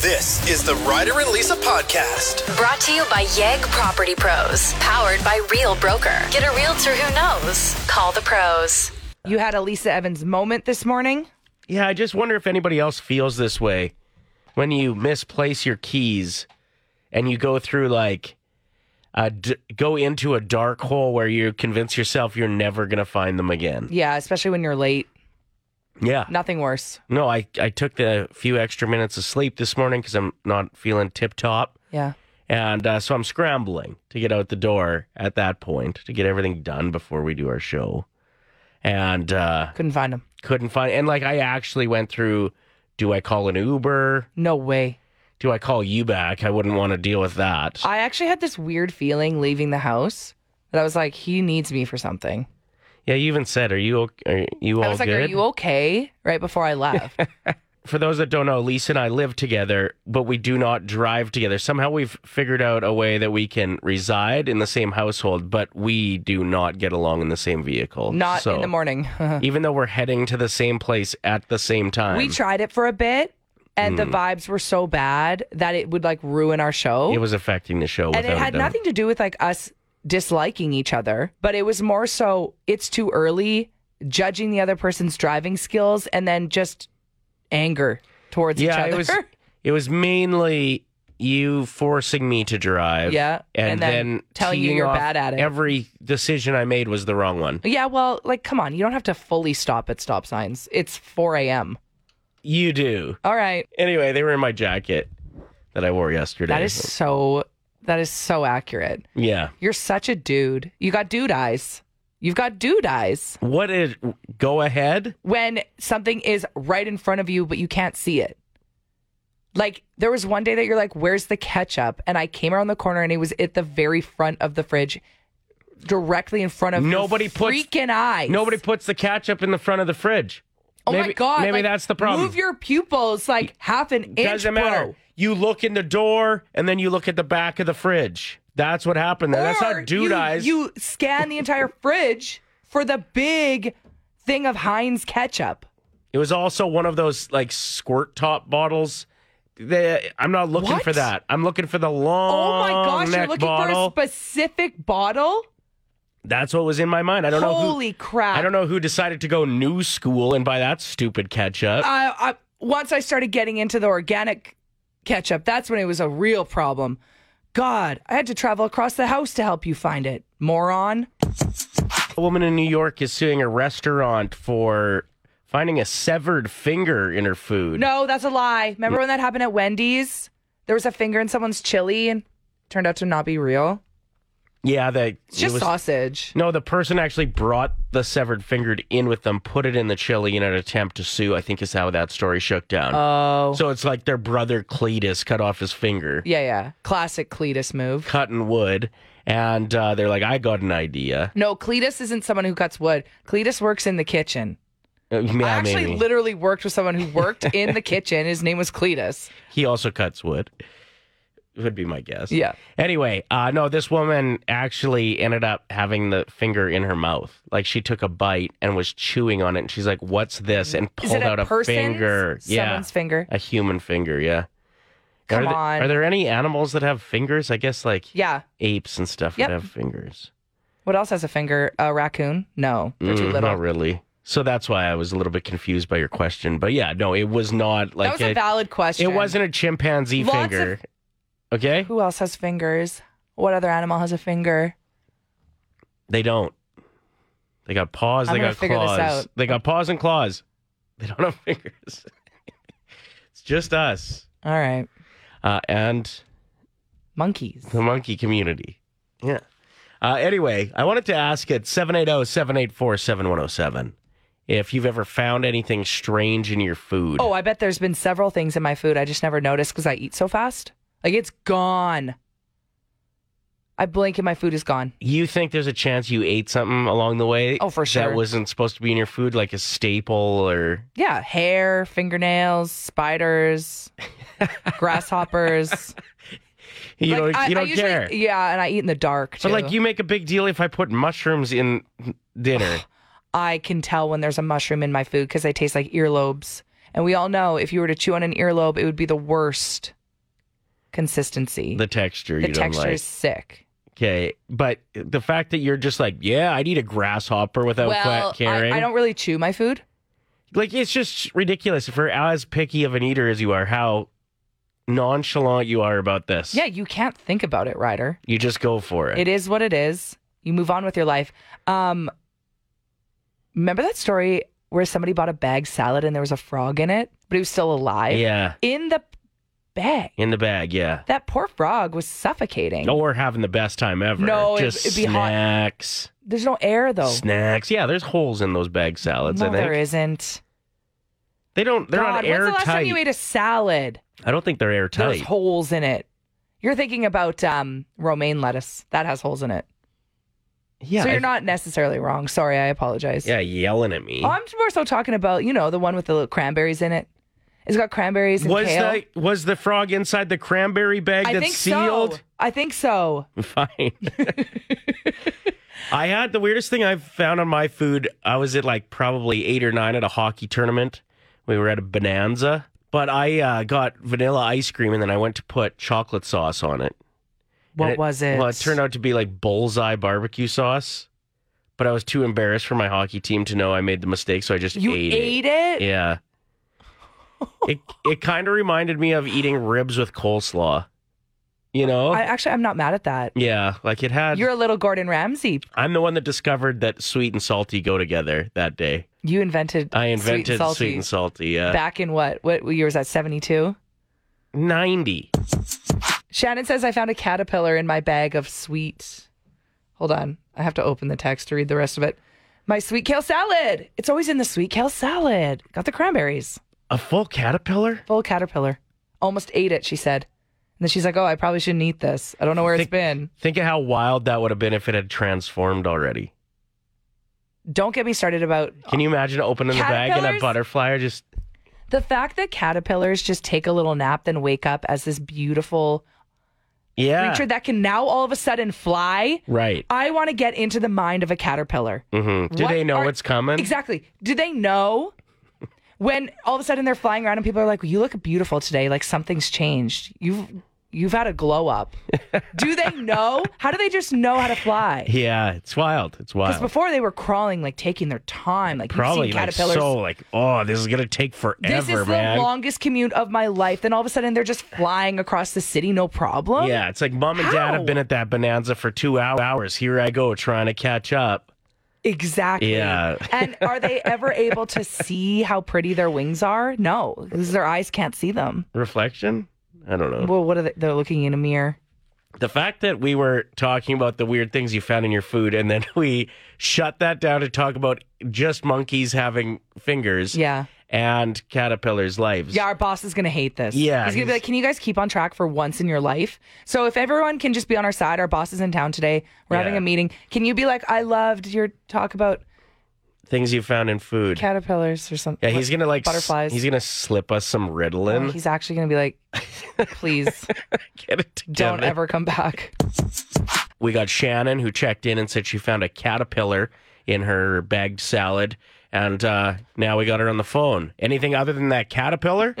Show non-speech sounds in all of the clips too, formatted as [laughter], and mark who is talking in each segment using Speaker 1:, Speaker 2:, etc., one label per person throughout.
Speaker 1: This is the Ryder and Lisa podcast.
Speaker 2: Brought to you by Yegg Property Pros, powered by Real Broker. Get a realtor who knows. Call the pros.
Speaker 3: You had a Lisa Evans moment this morning.
Speaker 4: Yeah, I just wonder if anybody else feels this way when you misplace your keys and you go through like a d- go into a dark hole where you convince yourself you're never going to find them again.
Speaker 3: Yeah, especially when you're late.
Speaker 4: Yeah.
Speaker 3: Nothing worse.
Speaker 4: No, I I took the few extra minutes of sleep this morning cuz I'm not feeling tip top
Speaker 3: Yeah.
Speaker 4: and uh, so I'm scrambling to get out the door at that point to get everything done before we do our show. And uh
Speaker 3: Couldn't find him.
Speaker 4: couldn't find and like I actually went through do I call an Uber?
Speaker 3: No way.
Speaker 4: do I call you back? I wouldn't want to deal with that.
Speaker 3: I actually had this weird feeling leaving the house that I was like, he needs me for something.
Speaker 4: yeah, you even said, "Are you o- are you all
Speaker 3: I was like,
Speaker 4: good?"
Speaker 3: are you okay? Right before I
Speaker 4: [laughs]
Speaker 3: left.
Speaker 4: For those that don't know, Lisa and I live together, but we do not drive together. Somehow we've figured out a way that we can reside in the same household, but we do not get along in the same vehicle.
Speaker 3: Not
Speaker 4: So,
Speaker 3: in the morning. [laughs]
Speaker 4: Even though we're heading to the same place at the same time,
Speaker 3: we tried it for a bit and
Speaker 4: Hmm.
Speaker 3: the vibes were so bad that it would like ruin our show.
Speaker 4: it was affecting the show.
Speaker 3: and
Speaker 4: without
Speaker 3: it
Speaker 4: a
Speaker 3: had
Speaker 4: doubt.
Speaker 3: nothing to do with like us disliking each other but it was more so it's too early judging the other person's driving skills and then just anger towards each
Speaker 4: Yeah,
Speaker 3: other
Speaker 4: it was. It was mainly you forcing me to drive.
Speaker 3: Yeah,
Speaker 4: and,
Speaker 3: and then
Speaker 4: then,
Speaker 3: telling you
Speaker 4: teeing
Speaker 3: you're
Speaker 4: off
Speaker 3: bad at it.
Speaker 4: Every decision I made was the wrong one.
Speaker 3: [laughs] yeah well like come on you don't have to fully stop at stop signs it's 4 a.m
Speaker 4: You do.
Speaker 3: all right
Speaker 4: Anyway, they were in my jacket that I wore yesterday.
Speaker 3: that is so that is so accurate
Speaker 4: Yeah.
Speaker 3: you're such a dude you got dude eyes you've got dude eyes
Speaker 4: What is? Go ahead.
Speaker 3: when something is right in front of you but you can't see it. Like there was one day that you're like, "Where's the ketchup?" and I came around the corner and it was at the very front of the fridge, directly in front of your
Speaker 4: Nobody puts-
Speaker 3: freaking eyes.
Speaker 4: Nobody puts the ketchup in the front of the fridge.
Speaker 3: Oh my
Speaker 4: Maybe-
Speaker 3: god!
Speaker 4: Maybe
Speaker 3: like,
Speaker 4: that's the problem.
Speaker 3: Move your pupils like half an inch.
Speaker 4: Doesn't matter.
Speaker 3: bro.
Speaker 4: You look in the door and then you look at the back of the fridge. That's what happened there. That's
Speaker 3: Or
Speaker 4: not dude
Speaker 3: you,
Speaker 4: eyes.
Speaker 3: You scan the entire fridge for the big thing of Heinz ketchup.
Speaker 4: It was also one of those like squirt top bottles. They, I'm not looking
Speaker 3: What?
Speaker 4: for that. I'm looking for the long
Speaker 3: oh my gosh!
Speaker 4: neck
Speaker 3: You're looking
Speaker 4: bottle.
Speaker 3: for a specific bottle.
Speaker 4: That's what was in my mind. I don't know.
Speaker 3: Holy
Speaker 4: Who,
Speaker 3: crap!
Speaker 4: I don't know who decided to go new school and buy that stupid ketchup.
Speaker 3: I, I once I started getting into the organic ketchup, that's when it was a real problem. God, I had to travel across the house to help you find it, moron.
Speaker 4: a woman in New York is suing a restaurant for finding a severed finger in her food.
Speaker 3: No, that's a lie. Remember when that happened at Wendy's? There was a finger in someone's chili and turned out to not be real.
Speaker 4: Yeah, they.
Speaker 3: It's just
Speaker 4: it was-
Speaker 3: sausage.
Speaker 4: No, the person actually brought the severed finger in with them, put it in the chili in an attempt to sue. I think is how that story shook down.
Speaker 3: Oh,
Speaker 4: So it's like their brother Cletus cut off his finger,
Speaker 3: yeah, yeah. Classic Cletus move.
Speaker 4: cutting wood, and uh, they're like, "I got an idea."
Speaker 3: No, Cletus isn't someone who cuts wood. Cletus works in the kitchen.
Speaker 4: Uh, yeah,
Speaker 3: I actually
Speaker 4: maybe.
Speaker 3: literally worked with someone who worked in
Speaker 4: [laughs]
Speaker 3: the kitchen. His name was Cletus.
Speaker 4: he also cuts wood. Would be my guess.
Speaker 3: Yeah.
Speaker 4: Anyway, uh, no, this woman actually ended up having the finger in her mouth. Like she took a bite and was chewing on it, and she's like, "What's this?" and pulled
Speaker 3: Is it a
Speaker 4: out a
Speaker 3: person's?
Speaker 4: finger.
Speaker 3: Someone's finger.
Speaker 4: a human finger. Yeah.
Speaker 3: Come
Speaker 4: are there,
Speaker 3: on.
Speaker 4: Are there any animals that have fingers? I guess like
Speaker 3: Yeah.
Speaker 4: apes and stuff
Speaker 3: Yep.
Speaker 4: that have fingers.
Speaker 3: What else has a finger? A raccoon? No, they're too
Speaker 4: Mm,
Speaker 3: little.
Speaker 4: Not really. So that's why I was a little bit confused by your question. But yeah, no, it was not
Speaker 3: that
Speaker 4: like
Speaker 3: was
Speaker 4: a,
Speaker 3: a valid question.
Speaker 4: it wasn't a chimpanzee
Speaker 3: Lots of-
Speaker 4: finger. okay?
Speaker 3: Who else has fingers? What other animal has a finger?
Speaker 4: They don't. They got paws,
Speaker 3: I'm
Speaker 4: they
Speaker 3: gonna
Speaker 4: got
Speaker 3: figure this
Speaker 4: claws.
Speaker 3: out.
Speaker 4: They got paws and claws. They don't have [laughs] fingers. it's just us.
Speaker 3: All right,
Speaker 4: Uh, and
Speaker 3: monkeys.
Speaker 4: the monkey community. Yeah. Uh, anyway, I wanted to ask at oh, 780 784 7107 if you've ever found anything strange in your food.
Speaker 3: Oh, I bet there's been several things in my food I just never noticed because I eat so fast. Like it's gone. I blink and my food is gone.
Speaker 4: You think there's a chance you ate something along the way?
Speaker 3: Oh, for sure.
Speaker 4: That wasn't supposed to be in your food, like a staple or.
Speaker 3: Yeah, hair, fingernails,
Speaker 4: [laughs]
Speaker 3: spiders, grasshoppers.
Speaker 4: You
Speaker 3: Like,
Speaker 4: don't,
Speaker 3: I-
Speaker 4: you
Speaker 3: I
Speaker 4: don't
Speaker 3: usually-
Speaker 4: care.
Speaker 3: Yeah, and I eat in the dark too.
Speaker 4: But like you make a big deal if I put mushrooms in dinner.
Speaker 3: [sighs] I can tell when there's a mushroom in my food because they taste like earlobes. And we all know if you were to chew on an earlobe, it would be the worst consistency.
Speaker 4: The texture
Speaker 3: The
Speaker 4: you
Speaker 3: texture
Speaker 4: don't like.
Speaker 3: is sick.
Speaker 4: Okay, but the fact that you're just like, yeah, I need a grasshopper without
Speaker 3: well,
Speaker 4: quite
Speaker 3: I,
Speaker 4: caring.
Speaker 3: I don't really chew my food.
Speaker 4: Like, it's just ridiculous. If you're as picky of an eater as you are, how nonchalant you are about this.
Speaker 3: Yeah, you can't think about it, Ryder.
Speaker 4: You just go for it.
Speaker 3: It is what it is. You move on with your life. Um, remember that story where somebody bought a bag salad and there was a frog in it, but he was still alive
Speaker 4: yeah.
Speaker 3: in the bag.
Speaker 4: In the bag, yeah.
Speaker 3: That poor frog was suffocating.
Speaker 4: Or having the best time ever.
Speaker 3: No, it'd-
Speaker 4: just
Speaker 3: it'd be hot.
Speaker 4: snacks.
Speaker 3: There's no air though.
Speaker 4: Snacks. Yeah, there's holes in those bag salads.
Speaker 3: no,
Speaker 4: I think
Speaker 3: there isn't.
Speaker 4: they don't. They're
Speaker 3: God,
Speaker 4: not airtight.
Speaker 3: when's the last time you ate a salad?
Speaker 4: I don't think they're
Speaker 3: There's
Speaker 4: airtight.
Speaker 3: holes in it. You're thinking about um, romaine lettuce. That has holes in it.
Speaker 4: yeah,
Speaker 3: so
Speaker 4: I-
Speaker 3: you're not necessarily wrong. Sorry, I apologize.
Speaker 4: Yeah, yelling at me.
Speaker 3: Oh, I'm more so talking about, you know, the one with the little cranberries in it. It's got cranberries and
Speaker 4: was
Speaker 3: kale.
Speaker 4: the was the frog inside the cranberry bag
Speaker 3: I
Speaker 4: that's
Speaker 3: think
Speaker 4: sealed? [laughs]
Speaker 3: so. I think so.
Speaker 4: Fine. I had the weirdest thing I've found on my food. I was at like probably eight or nine at a hockey tournament. We were at a bonanza, but I uh, got vanilla ice cream and then I went to put chocolate sauce on it.
Speaker 3: What
Speaker 4: And
Speaker 3: was it?
Speaker 4: Well, it turned out to be like bullseye barbecue sauce, but I was too embarrassed for my hockey team to know I made the mistake, so I just
Speaker 3: you
Speaker 4: ate,
Speaker 3: ate it? [laughs]
Speaker 4: Yeah. it it kind of reminded me of eating ribs with coleslaw. You know?
Speaker 3: I actually I'm not mad at that.
Speaker 4: yeah, like it had.
Speaker 3: You're a little Gordon Ramsay.
Speaker 4: I'm the one that discovered that sweet and salty go together that day.
Speaker 3: You invented
Speaker 4: I
Speaker 3: sweet and
Speaker 4: invented
Speaker 3: salty.
Speaker 4: sweet and salty. Yeah.
Speaker 3: Back in what? What year was that? 72?
Speaker 4: 90.
Speaker 3: Shannon says I found a caterpillar in my bag of sweet. Hold on. I have to open the text to read the rest of it. My sweet kale salad. It's always in the sweet kale salad. Got the cranberries.
Speaker 4: A full caterpillar?
Speaker 3: Full caterpillar. Almost ate it, she said. And then she's like, "Oh, I probably shouldn't eat this. I don't know where it's
Speaker 4: Think-
Speaker 3: been."
Speaker 4: Think of how wild that would have been if it had transformed already.
Speaker 3: Don't get me started about
Speaker 4: Can you imagine opening the bag and a
Speaker 3: Caterpillars?
Speaker 4: butterfly are just
Speaker 3: The fact that caterpillars just take a little nap, then wake up as this beautiful
Speaker 4: yeah
Speaker 3: creature that can now all of a sudden fly.
Speaker 4: right?
Speaker 3: I want to get into the mind of a caterpillar.
Speaker 4: hmm Do
Speaker 3: What
Speaker 4: they know
Speaker 3: are-
Speaker 4: what's coming?
Speaker 3: Exactly. Do they know when all of a sudden they're flying around and people are like, "You look beautiful today. Like something's changed. You've you've had a glow up." do they know? How do they just know how to fly?
Speaker 4: Yeah, it's wild. It's
Speaker 3: Because
Speaker 4: wild.
Speaker 3: before they were crawling, like taking their time. Like
Speaker 4: Probably
Speaker 3: you've seen
Speaker 4: like
Speaker 3: caterpillars.
Speaker 4: so like oh this is gonna take forever,
Speaker 3: this is
Speaker 4: man.
Speaker 3: the longest commute of my life. Then all of a sudden they're just flying across the city, no problem.
Speaker 4: yeah, it's like mom and dad
Speaker 3: How?
Speaker 4: have been at that bonanza for two hou- hours. Here I go trying to catch up.
Speaker 3: Exactly.
Speaker 4: Yeah.
Speaker 3: and are they ever able to see how pretty their wings are? No, because their eyes can't see them.
Speaker 4: Reflection? I don't know.
Speaker 3: Well, what are they? They're looking in a mirror.
Speaker 4: the fact that we were talking about the weird things you found in your food and then [laughs] we shut that down to talk about just monkeys having fingers
Speaker 3: Yeah.
Speaker 4: and caterpillars' lives.
Speaker 3: Yeah, our boss is gonna hate this.
Speaker 4: Yeah,
Speaker 3: he's gonna be
Speaker 4: he's-
Speaker 3: like, "Can you guys keep on track for once in your life?" So if everyone can just be on our side, our boss is in town today. We're having
Speaker 4: Yeah.
Speaker 3: a meeting. Can you be like, "I loved your talk about
Speaker 4: Things you found in food.
Speaker 3: caterpillars or something"?
Speaker 4: yeah, he's gonna like s-
Speaker 3: butterflies.
Speaker 4: he's gonna slip us some
Speaker 3: Oh,
Speaker 4: Ritalin.
Speaker 3: he's actually gonna be
Speaker 4: [laughs]
Speaker 3: like, "Please
Speaker 4: Get it together.
Speaker 3: don't ever come back."
Speaker 5: [laughs]
Speaker 4: We got Shannon who checked in and said she found a caterpillar in her bagged salad. And uh, now we got her on the phone. Anything other than that caterpillar?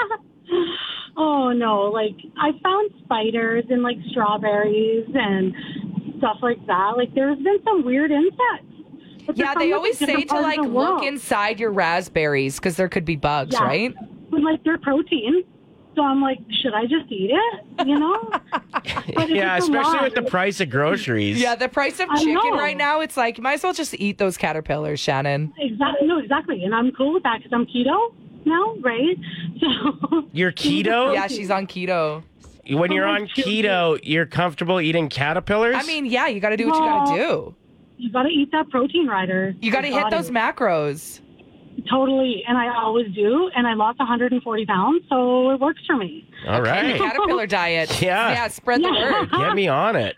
Speaker 5: [laughs] oh no, like I found spiders and like strawberries and stuff like that. Like there's been some weird insects. But they're
Speaker 3: Yeah,
Speaker 5: from,
Speaker 3: they
Speaker 5: like,
Speaker 3: always say
Speaker 5: different
Speaker 3: to
Speaker 5: parts of
Speaker 3: like
Speaker 5: the
Speaker 3: look
Speaker 5: world.
Speaker 3: inside your raspberries because there could be bugs,
Speaker 5: Yeah.
Speaker 3: right?
Speaker 5: But like they're protein. So I'm like, should I just eat it? You
Speaker 3: [laughs]
Speaker 5: know? But
Speaker 4: [laughs]
Speaker 5: it's
Speaker 4: yeah,
Speaker 5: just a
Speaker 4: especially
Speaker 5: lot.
Speaker 4: with the price of groceries.
Speaker 3: Yeah, the price of
Speaker 5: I
Speaker 3: chicken
Speaker 5: know.
Speaker 3: right now, it's like you might as well just eat those caterpillars, Shannon.
Speaker 5: Exactly. No, exactly. And I'm cool with that because I'm keto now, right? [laughs] So
Speaker 4: You're
Speaker 3: [laughs]
Speaker 4: keto?
Speaker 3: Yeah, she's on keto.
Speaker 4: When you're
Speaker 3: [laughs]
Speaker 5: Oh,
Speaker 4: on
Speaker 5: shoot.
Speaker 4: keto, you're comfortable eating caterpillars?
Speaker 3: I mean, yeah, you got to do what you got to do.
Speaker 5: you got to eat that protein rider.
Speaker 3: You got to hit those macros.
Speaker 5: Totally, and I always do, and I lost 140 pounds, so it works for me.
Speaker 4: all
Speaker 3: The
Speaker 4: right.
Speaker 3: caterpillar diet.
Speaker 4: Yeah.
Speaker 3: Yeah, spread the word.
Speaker 4: Get me on it.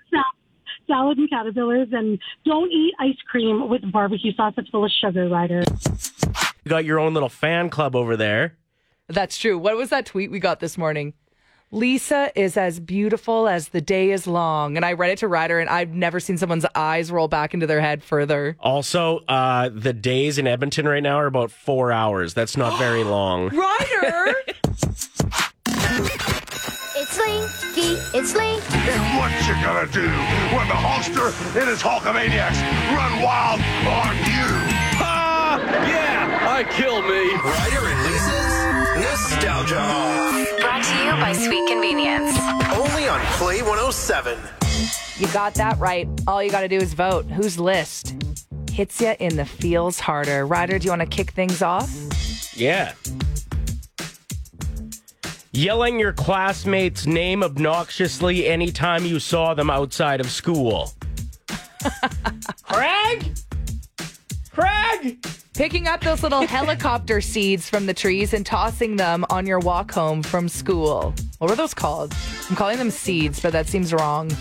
Speaker 5: Salad and caterpillars, and don't eat ice cream with barbecue sauce that's full of sugar, Ryder.
Speaker 4: You got your own little fan club over there.
Speaker 3: That's true. What was that tweet we got this morning? Lisa is as beautiful as the day is long. And I read it to Ryder, and I've never seen someone's eyes roll back into their head further.
Speaker 4: Also, uh, the days in Edmonton right now are about four hours. That's not very
Speaker 3: [gasps]
Speaker 4: long.
Speaker 3: Ryder!
Speaker 6: It's Linky, it's Link.
Speaker 7: And what you gonna do when the Hulkster and his Hulkamaniacs run wild on you? Ah, yeah, I kill me.
Speaker 1: Ryder and Lisa's Nostalgia Off.
Speaker 2: Brought to you by Sweet Convenience.
Speaker 1: Only on Play 107.
Speaker 3: [laughs] You got that right. All you got to do is vote. Whose list hits you in the feels harder? Ryder, do you want to kick things off?
Speaker 4: Yeah. Yelling your classmate's name obnoxiously anytime you saw them outside of school. Craig? Craig?
Speaker 3: Picking up those little helicopter seeds from the trees and tossing them on your walk home from school. What were those called? I'm calling them seeds, but that seems wrong.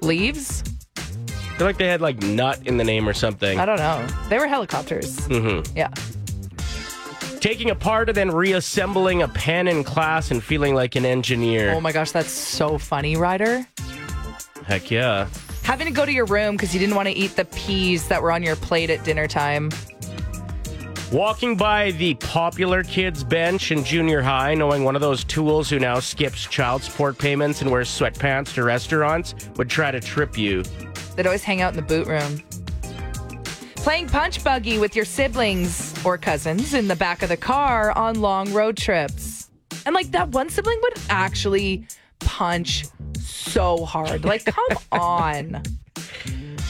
Speaker 3: Leaves?
Speaker 4: I feel like they had like nut in the name or something.
Speaker 3: I don't know. They were helicopters. Mm-hmm. Yeah.
Speaker 4: Taking apart and then reassembling a pen in class and feeling like an engineer.
Speaker 3: Oh my gosh, that's so funny, Ryder.
Speaker 4: Heck yeah.
Speaker 3: Having to go to your room because you didn't want to eat the peas that were on your plate at dinner time.
Speaker 4: Walking by the popular kids bench in junior high, knowing one of those tools who now skips child support payments and wears sweatpants to restaurants would try to trip you.
Speaker 3: They'd always hang out in the boot room. Playing punch buggy with your siblings or cousins in the back of the car on long road trips. And like that one sibling would actually punch so hard. Like, come on.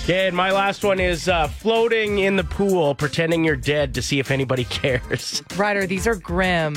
Speaker 4: Okay, and my last one is uh, floating in the pool, pretending you're dead to see if anybody [laughs] cares.
Speaker 3: Ryder, these are grim.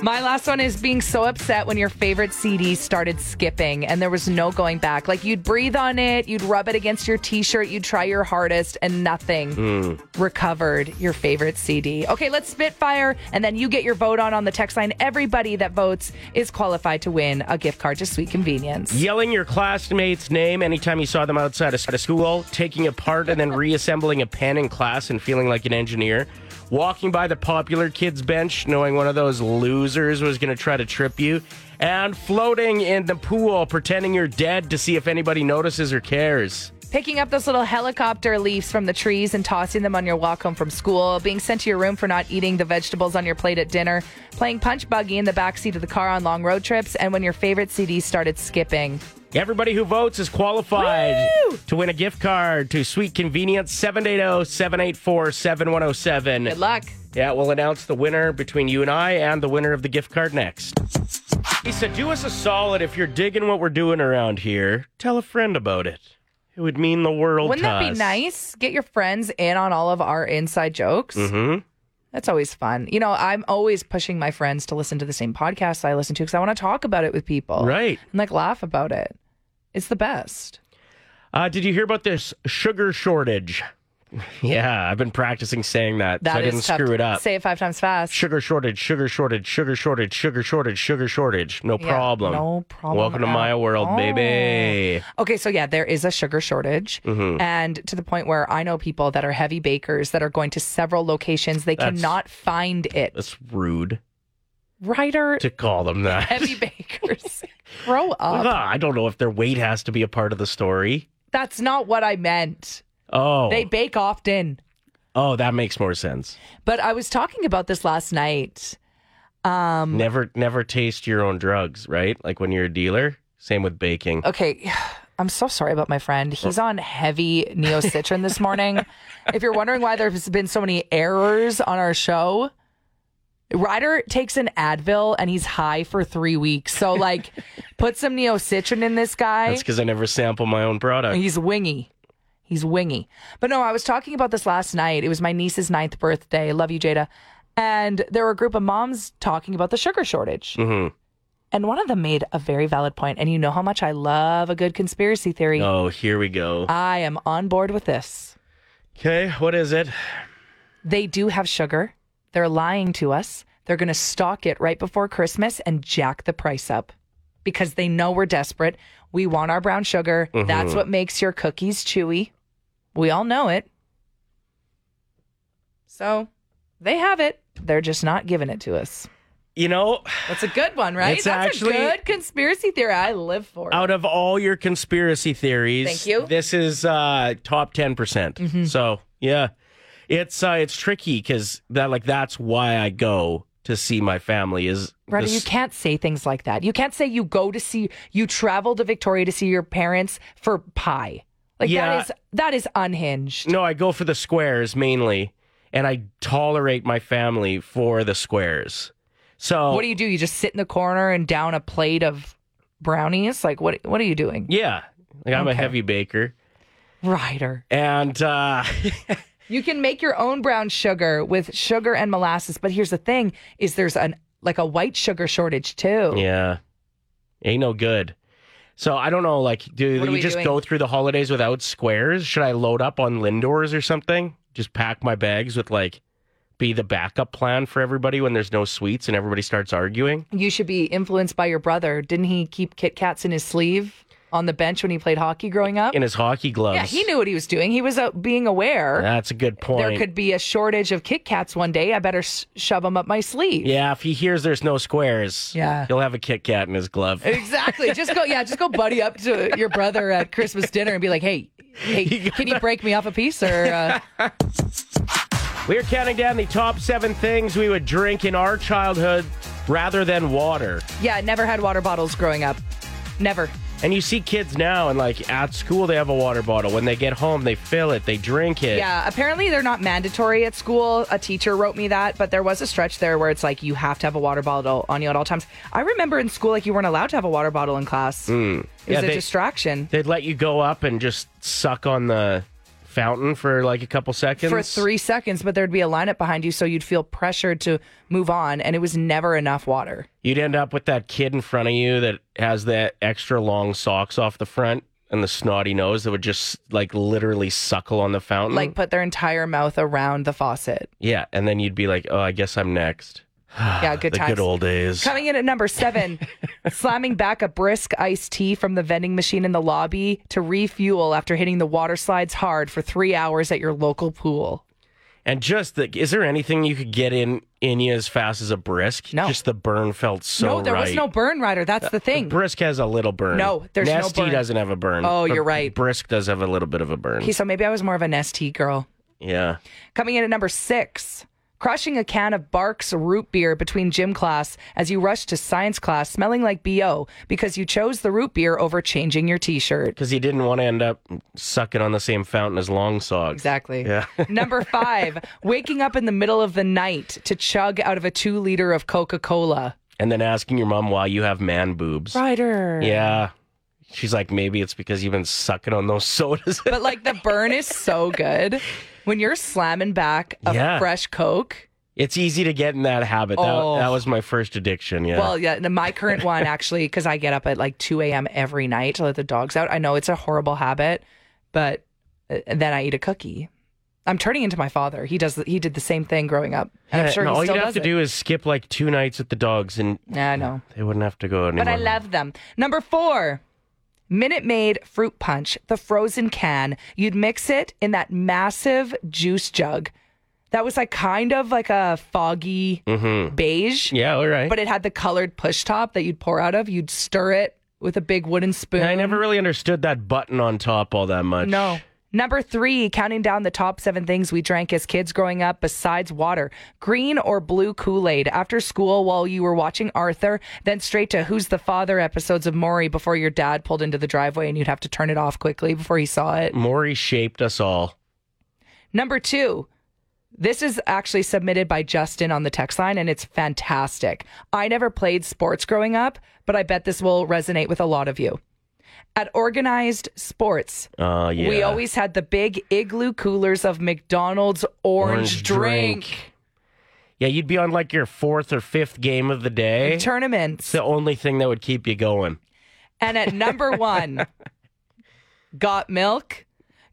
Speaker 3: My last one is being so upset when your favorite CD started skipping and there was no going back. Like you'd breathe on it, you'd rub it against your t shirt, you'd try your hardest, and nothing recovered your favorite CD. Okay, let's spitfire, and then you get your vote on on the text line. Everybody that votes is qualified to win a gift card to Sweet Convenience.
Speaker 4: Yelling your classmate's name anytime you saw them outside of of school, taking apart and then reassembling a pen in class and feeling like an engineer. Walking by the popular kids bench, knowing one of those losers was going to try to trip you. And floating in the pool, pretending you're dead to see if anybody notices or cares.
Speaker 3: Picking up those little helicopter leaves from the trees and tossing them on your walk home from school, being sent to your room for not eating the vegetables on your plate at dinner, playing punch buggy in the backseat of the car on long road trips, and when your favorite CD started skipping.
Speaker 4: Everybody who votes is qualified to win a gift card to Sweet Convenience oh, 780 784 7107.
Speaker 3: Good luck.
Speaker 4: Yeah, we'll announce the winner between you and I and the winner of the gift card next. Lisa, do us a solid if you're digging what we're doing around here. Tell a friend about it. It would mean the world
Speaker 3: Wouldn't
Speaker 4: to
Speaker 3: that be
Speaker 4: us.
Speaker 3: nice? Get your friends in on all of our inside jokes. Mm-hmm. That's always fun. You know, I'm always pushing my friends to listen to the same podcasts I listen to because I want to talk about it with people.
Speaker 4: Right.
Speaker 3: And like laugh about it. It's the best.
Speaker 4: Uh, did you hear about this sugar shortage? [laughs] Yeah, I've been practicing saying that,
Speaker 3: That
Speaker 4: so I
Speaker 3: is
Speaker 4: didn't
Speaker 3: tough.
Speaker 4: screw it up.
Speaker 3: Say it five times fast.
Speaker 4: Sugar shortage, sugar shortage, sugar shortage, sugar shortage, sugar shortage. No
Speaker 3: Yeah,
Speaker 4: problem.
Speaker 3: no problem
Speaker 4: Welcome to
Speaker 3: at
Speaker 4: my world,
Speaker 3: all. Oh.
Speaker 4: baby.
Speaker 3: Okay, so yeah, there is a sugar shortage,
Speaker 4: Mm-hmm.
Speaker 3: and to the point where I know people that are heavy bakers that are going to several locations, they
Speaker 4: That's-
Speaker 3: cannot find it.
Speaker 4: That's rude
Speaker 3: Ryder,
Speaker 4: to call them that. [laughs]
Speaker 3: heavy bakers, grow up.
Speaker 4: Ugh, I don't know if their weight has to be a part of the story.
Speaker 3: That's not what I meant.
Speaker 4: Oh,
Speaker 3: They bake often.
Speaker 4: oh, that makes more sense.
Speaker 3: But I was talking about this last night. Um,
Speaker 4: Never, never taste your own drugs, right? Like when you're a dealer. Same with baking.
Speaker 3: Okay, [sighs] I'm so sorry about my friend. He's on heavy neocitrin this morning. If you're wondering why there's been so many errors on our show, Ryder takes an Advil and he's high for three weeks. So, like, put some neocitrin in this guy.
Speaker 4: That's because I never sample my own product.
Speaker 3: He's wingy. He's wingy. But no, I was talking about this last night. It was my niece's ninth birthday. Love you, Jada. And there were a group of moms talking about the sugar shortage. And one of them made a very valid point. And you know how much I love a good conspiracy theory.
Speaker 4: Oh, here we go.
Speaker 3: I am on board with this.
Speaker 4: Okay, what is it?
Speaker 3: They do have sugar. They're lying to us. They're going to stock it right before Christmas and jack the price up because they know we're desperate. We want our brown sugar.
Speaker 4: Mm-hmm.
Speaker 3: That's what makes your cookies chewy. We all know it. So they have it. They're just not giving it to us.
Speaker 4: you know,
Speaker 3: That's a good one, right?
Speaker 4: It's
Speaker 3: That's
Speaker 4: actually-
Speaker 3: a good conspiracy theory. I live for it.
Speaker 4: out of all your conspiracy theories,
Speaker 3: Thank you. Mm-hmm.
Speaker 4: This is uh, top ten percent. So yeah, it's uh, it's tricky because that like that's why I go to see my family is
Speaker 3: Rhonda,
Speaker 4: this-
Speaker 3: you can't say things like that. You can't say you go to see you travel to Victoria to see your parents for pie. Like
Speaker 4: Yeah.
Speaker 3: that is that is unhinged.
Speaker 4: No, I go for the squares mainly, and I tolerate my family for the squares. So
Speaker 3: What do you do? You just sit in the corner and down a plate of brownies? Like what what are you doing?
Speaker 4: Yeah, like I'm a heavy baker,
Speaker 3: Ryder.
Speaker 4: and uh, [laughs]
Speaker 3: You can make your own brown sugar with sugar and molasses, but here's the thing is there's an like a white sugar shortage too.
Speaker 4: yeah, ain't no good. So I don't know. Like, do
Speaker 3: What are
Speaker 4: you
Speaker 3: we
Speaker 4: just
Speaker 3: doing?
Speaker 4: go through the holidays without squares? Should I load up on Lindors or something? Just pack my bags with like, be the backup plan for everybody when there's no sweets and everybody starts arguing.
Speaker 3: You should be influenced by your brother. Didn't he keep Kit Kats in his sleeve on the bench when he played hockey growing up?
Speaker 4: In his hockey gloves.
Speaker 3: Oh. yeah, he knew what he was doing. He was uh, being aware.
Speaker 4: That's a good point.
Speaker 3: there could be a shortage of Kit Kats one day. I better s- shove them up my sleeve.
Speaker 4: Yeah, if he hears there's no squares,
Speaker 3: Yeah.
Speaker 4: he'll have a Kit Kat in his glove.
Speaker 3: [laughs] Exactly. Just go, yeah, just go buddy up to your brother at Christmas dinner and be like, hey, hey, can you break me off a piece? Or
Speaker 4: [laughs]
Speaker 3: uh,
Speaker 4: We're counting down the top seven things we would drink in our childhood rather than water.
Speaker 3: yeah, never had water bottles growing up. Never.
Speaker 4: And you see kids now, and like at school, they have a water bottle. When they get home, they fill it, they drink it.
Speaker 3: Yeah, apparently they're not mandatory at school. A teacher wrote me that, but there was a stretch there where it's like you have to have a water bottle on you at all times. I remember in school, like you weren't allowed to have a water bottle in class. It was
Speaker 4: Hmm. Yeah,
Speaker 3: a
Speaker 4: they-
Speaker 3: distraction
Speaker 4: They'd let you go up and just suck on the fountain for like a couple seconds.
Speaker 3: for three seconds, but there'd be a lineup behind you, so you'd feel pressured to move on, and it was never enough water.
Speaker 4: You'd end up with that kid in front of you that has that extra long socks off the front and the snotty nose that would just like literally suckle on the fountain.
Speaker 3: Like put their entire mouth around the faucet.
Speaker 4: Yeah, and then you'd be like, "Oh, I guess I'm next."
Speaker 3: Yeah, good
Speaker 4: Ah, the
Speaker 3: times.
Speaker 4: good old days.
Speaker 3: Coming in at number
Speaker 4: [laughs]
Speaker 3: seven, slamming back a brisk iced tea from the vending machine in the lobby to refuel after hitting the water slides hard for three hours at your local pool.
Speaker 4: and just the, is there anything you could get in in you as fast as a brisk?
Speaker 3: No.
Speaker 4: just the burn felt so.
Speaker 3: no, there was
Speaker 4: right. Uh,
Speaker 3: no burn rider. That's the thing.
Speaker 4: Brisk has a little burn.
Speaker 3: No, there's no
Speaker 4: Nesty
Speaker 3: burn.
Speaker 4: doesn't have a burn.
Speaker 3: Oh,
Speaker 4: but
Speaker 3: you're right.
Speaker 4: Brisk does have a little bit of a burn.
Speaker 3: Okay, so maybe I was more of an ST girl.
Speaker 4: yeah,
Speaker 3: Coming in at number six, crushing a can of Barks root beer between gym class as you rush to science class smelling like BO because you chose the root beer over changing your t shirt.
Speaker 4: because he didn't want to end up sucking on the same fountain as long socks.
Speaker 3: Exactly.
Speaker 4: Yeah. [laughs]
Speaker 3: number five, waking up in the middle of the night to chug out of a two liter of Coca Cola.
Speaker 4: And then asking your mom why you have man boobs.
Speaker 3: Ryder.
Speaker 4: Yeah. She's like, maybe it's because you've been sucking on those [laughs] sodas.
Speaker 3: But like the burn is so good. When you're slamming back a
Speaker 4: Yeah.
Speaker 3: fresh Coke,
Speaker 4: It's easy to get in that habit. That,
Speaker 3: Oh.
Speaker 4: that was my first addiction. Yeah.
Speaker 3: Well, yeah, and my
Speaker 4: [laughs]
Speaker 3: current one actually, because I get up at like 2 a.m. every night to let the dogs out. I know it's a horrible habit, but uh, then I eat a cookie. I'm turning into my father. He does. He did the same thing growing up. And I'm
Speaker 4: Yeah,
Speaker 3: sure
Speaker 4: no,
Speaker 3: he
Speaker 4: all
Speaker 3: still
Speaker 4: you'd
Speaker 3: does
Speaker 4: have to
Speaker 3: it.
Speaker 4: do is skip like two nights at the dogs, and
Speaker 3: Yeah, I know,
Speaker 4: they wouldn't have to go anymore.
Speaker 3: but I love them. Number four. Minute Maid fruit punch, the frozen can. You'd mix it in that massive juice jug. That was like kind of like a foggy
Speaker 4: Mm-hmm.
Speaker 3: beige.
Speaker 4: Yeah, all right.
Speaker 3: but it had the colored push top that you'd pour out of. You'd stir it with a big wooden spoon.
Speaker 4: I never really understood that button on top all that much.
Speaker 3: No. Number three, counting down the top seven things we drank as kids growing up besides water green or blue Kool Aid after school while you were watching Arthur, then straight to Who's the Father episodes of Maury before your dad pulled into the driveway and you'd have to turn it off quickly before he saw it.
Speaker 4: Maury shaped us all.
Speaker 3: Number two, this is actually submitted by Justin on the text line, and it's fantastic. I never played sports growing up, but I bet this will resonate with a lot of you. At organized sports,
Speaker 4: Oh, yeah.
Speaker 3: we always had the big igloo coolers of McDonald's orange,
Speaker 4: Orange
Speaker 3: drink.
Speaker 4: drink. Yeah, you'd be on like your fourth or fifth game of the day. It's
Speaker 3: tournaments.
Speaker 4: the only thing that would keep you going.
Speaker 3: And at number one, got milk,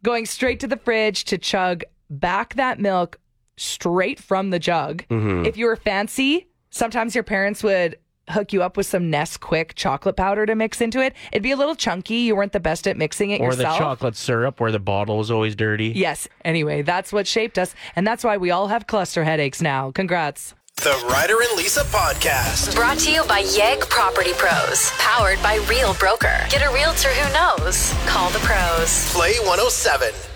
Speaker 3: going straight to the fridge to chug back that milk straight from the jug. If you were fancy, sometimes your parents would hook you up with some Nesquik chocolate powder to mix into it. It'd be a little chunky. You weren't the best at mixing it
Speaker 4: Or
Speaker 3: yourself.
Speaker 4: the chocolate syrup where the bottle was always dirty.
Speaker 3: Yes. Anyway, that's what shaped us. And that's why we all have cluster headaches now. Congrats.
Speaker 1: The Ryder and Lisa Podcast.
Speaker 2: Brought to you by Yegg Property Pros, powered by Real Broker. Get a realtor who knows. Call the pros.
Speaker 1: Play 107.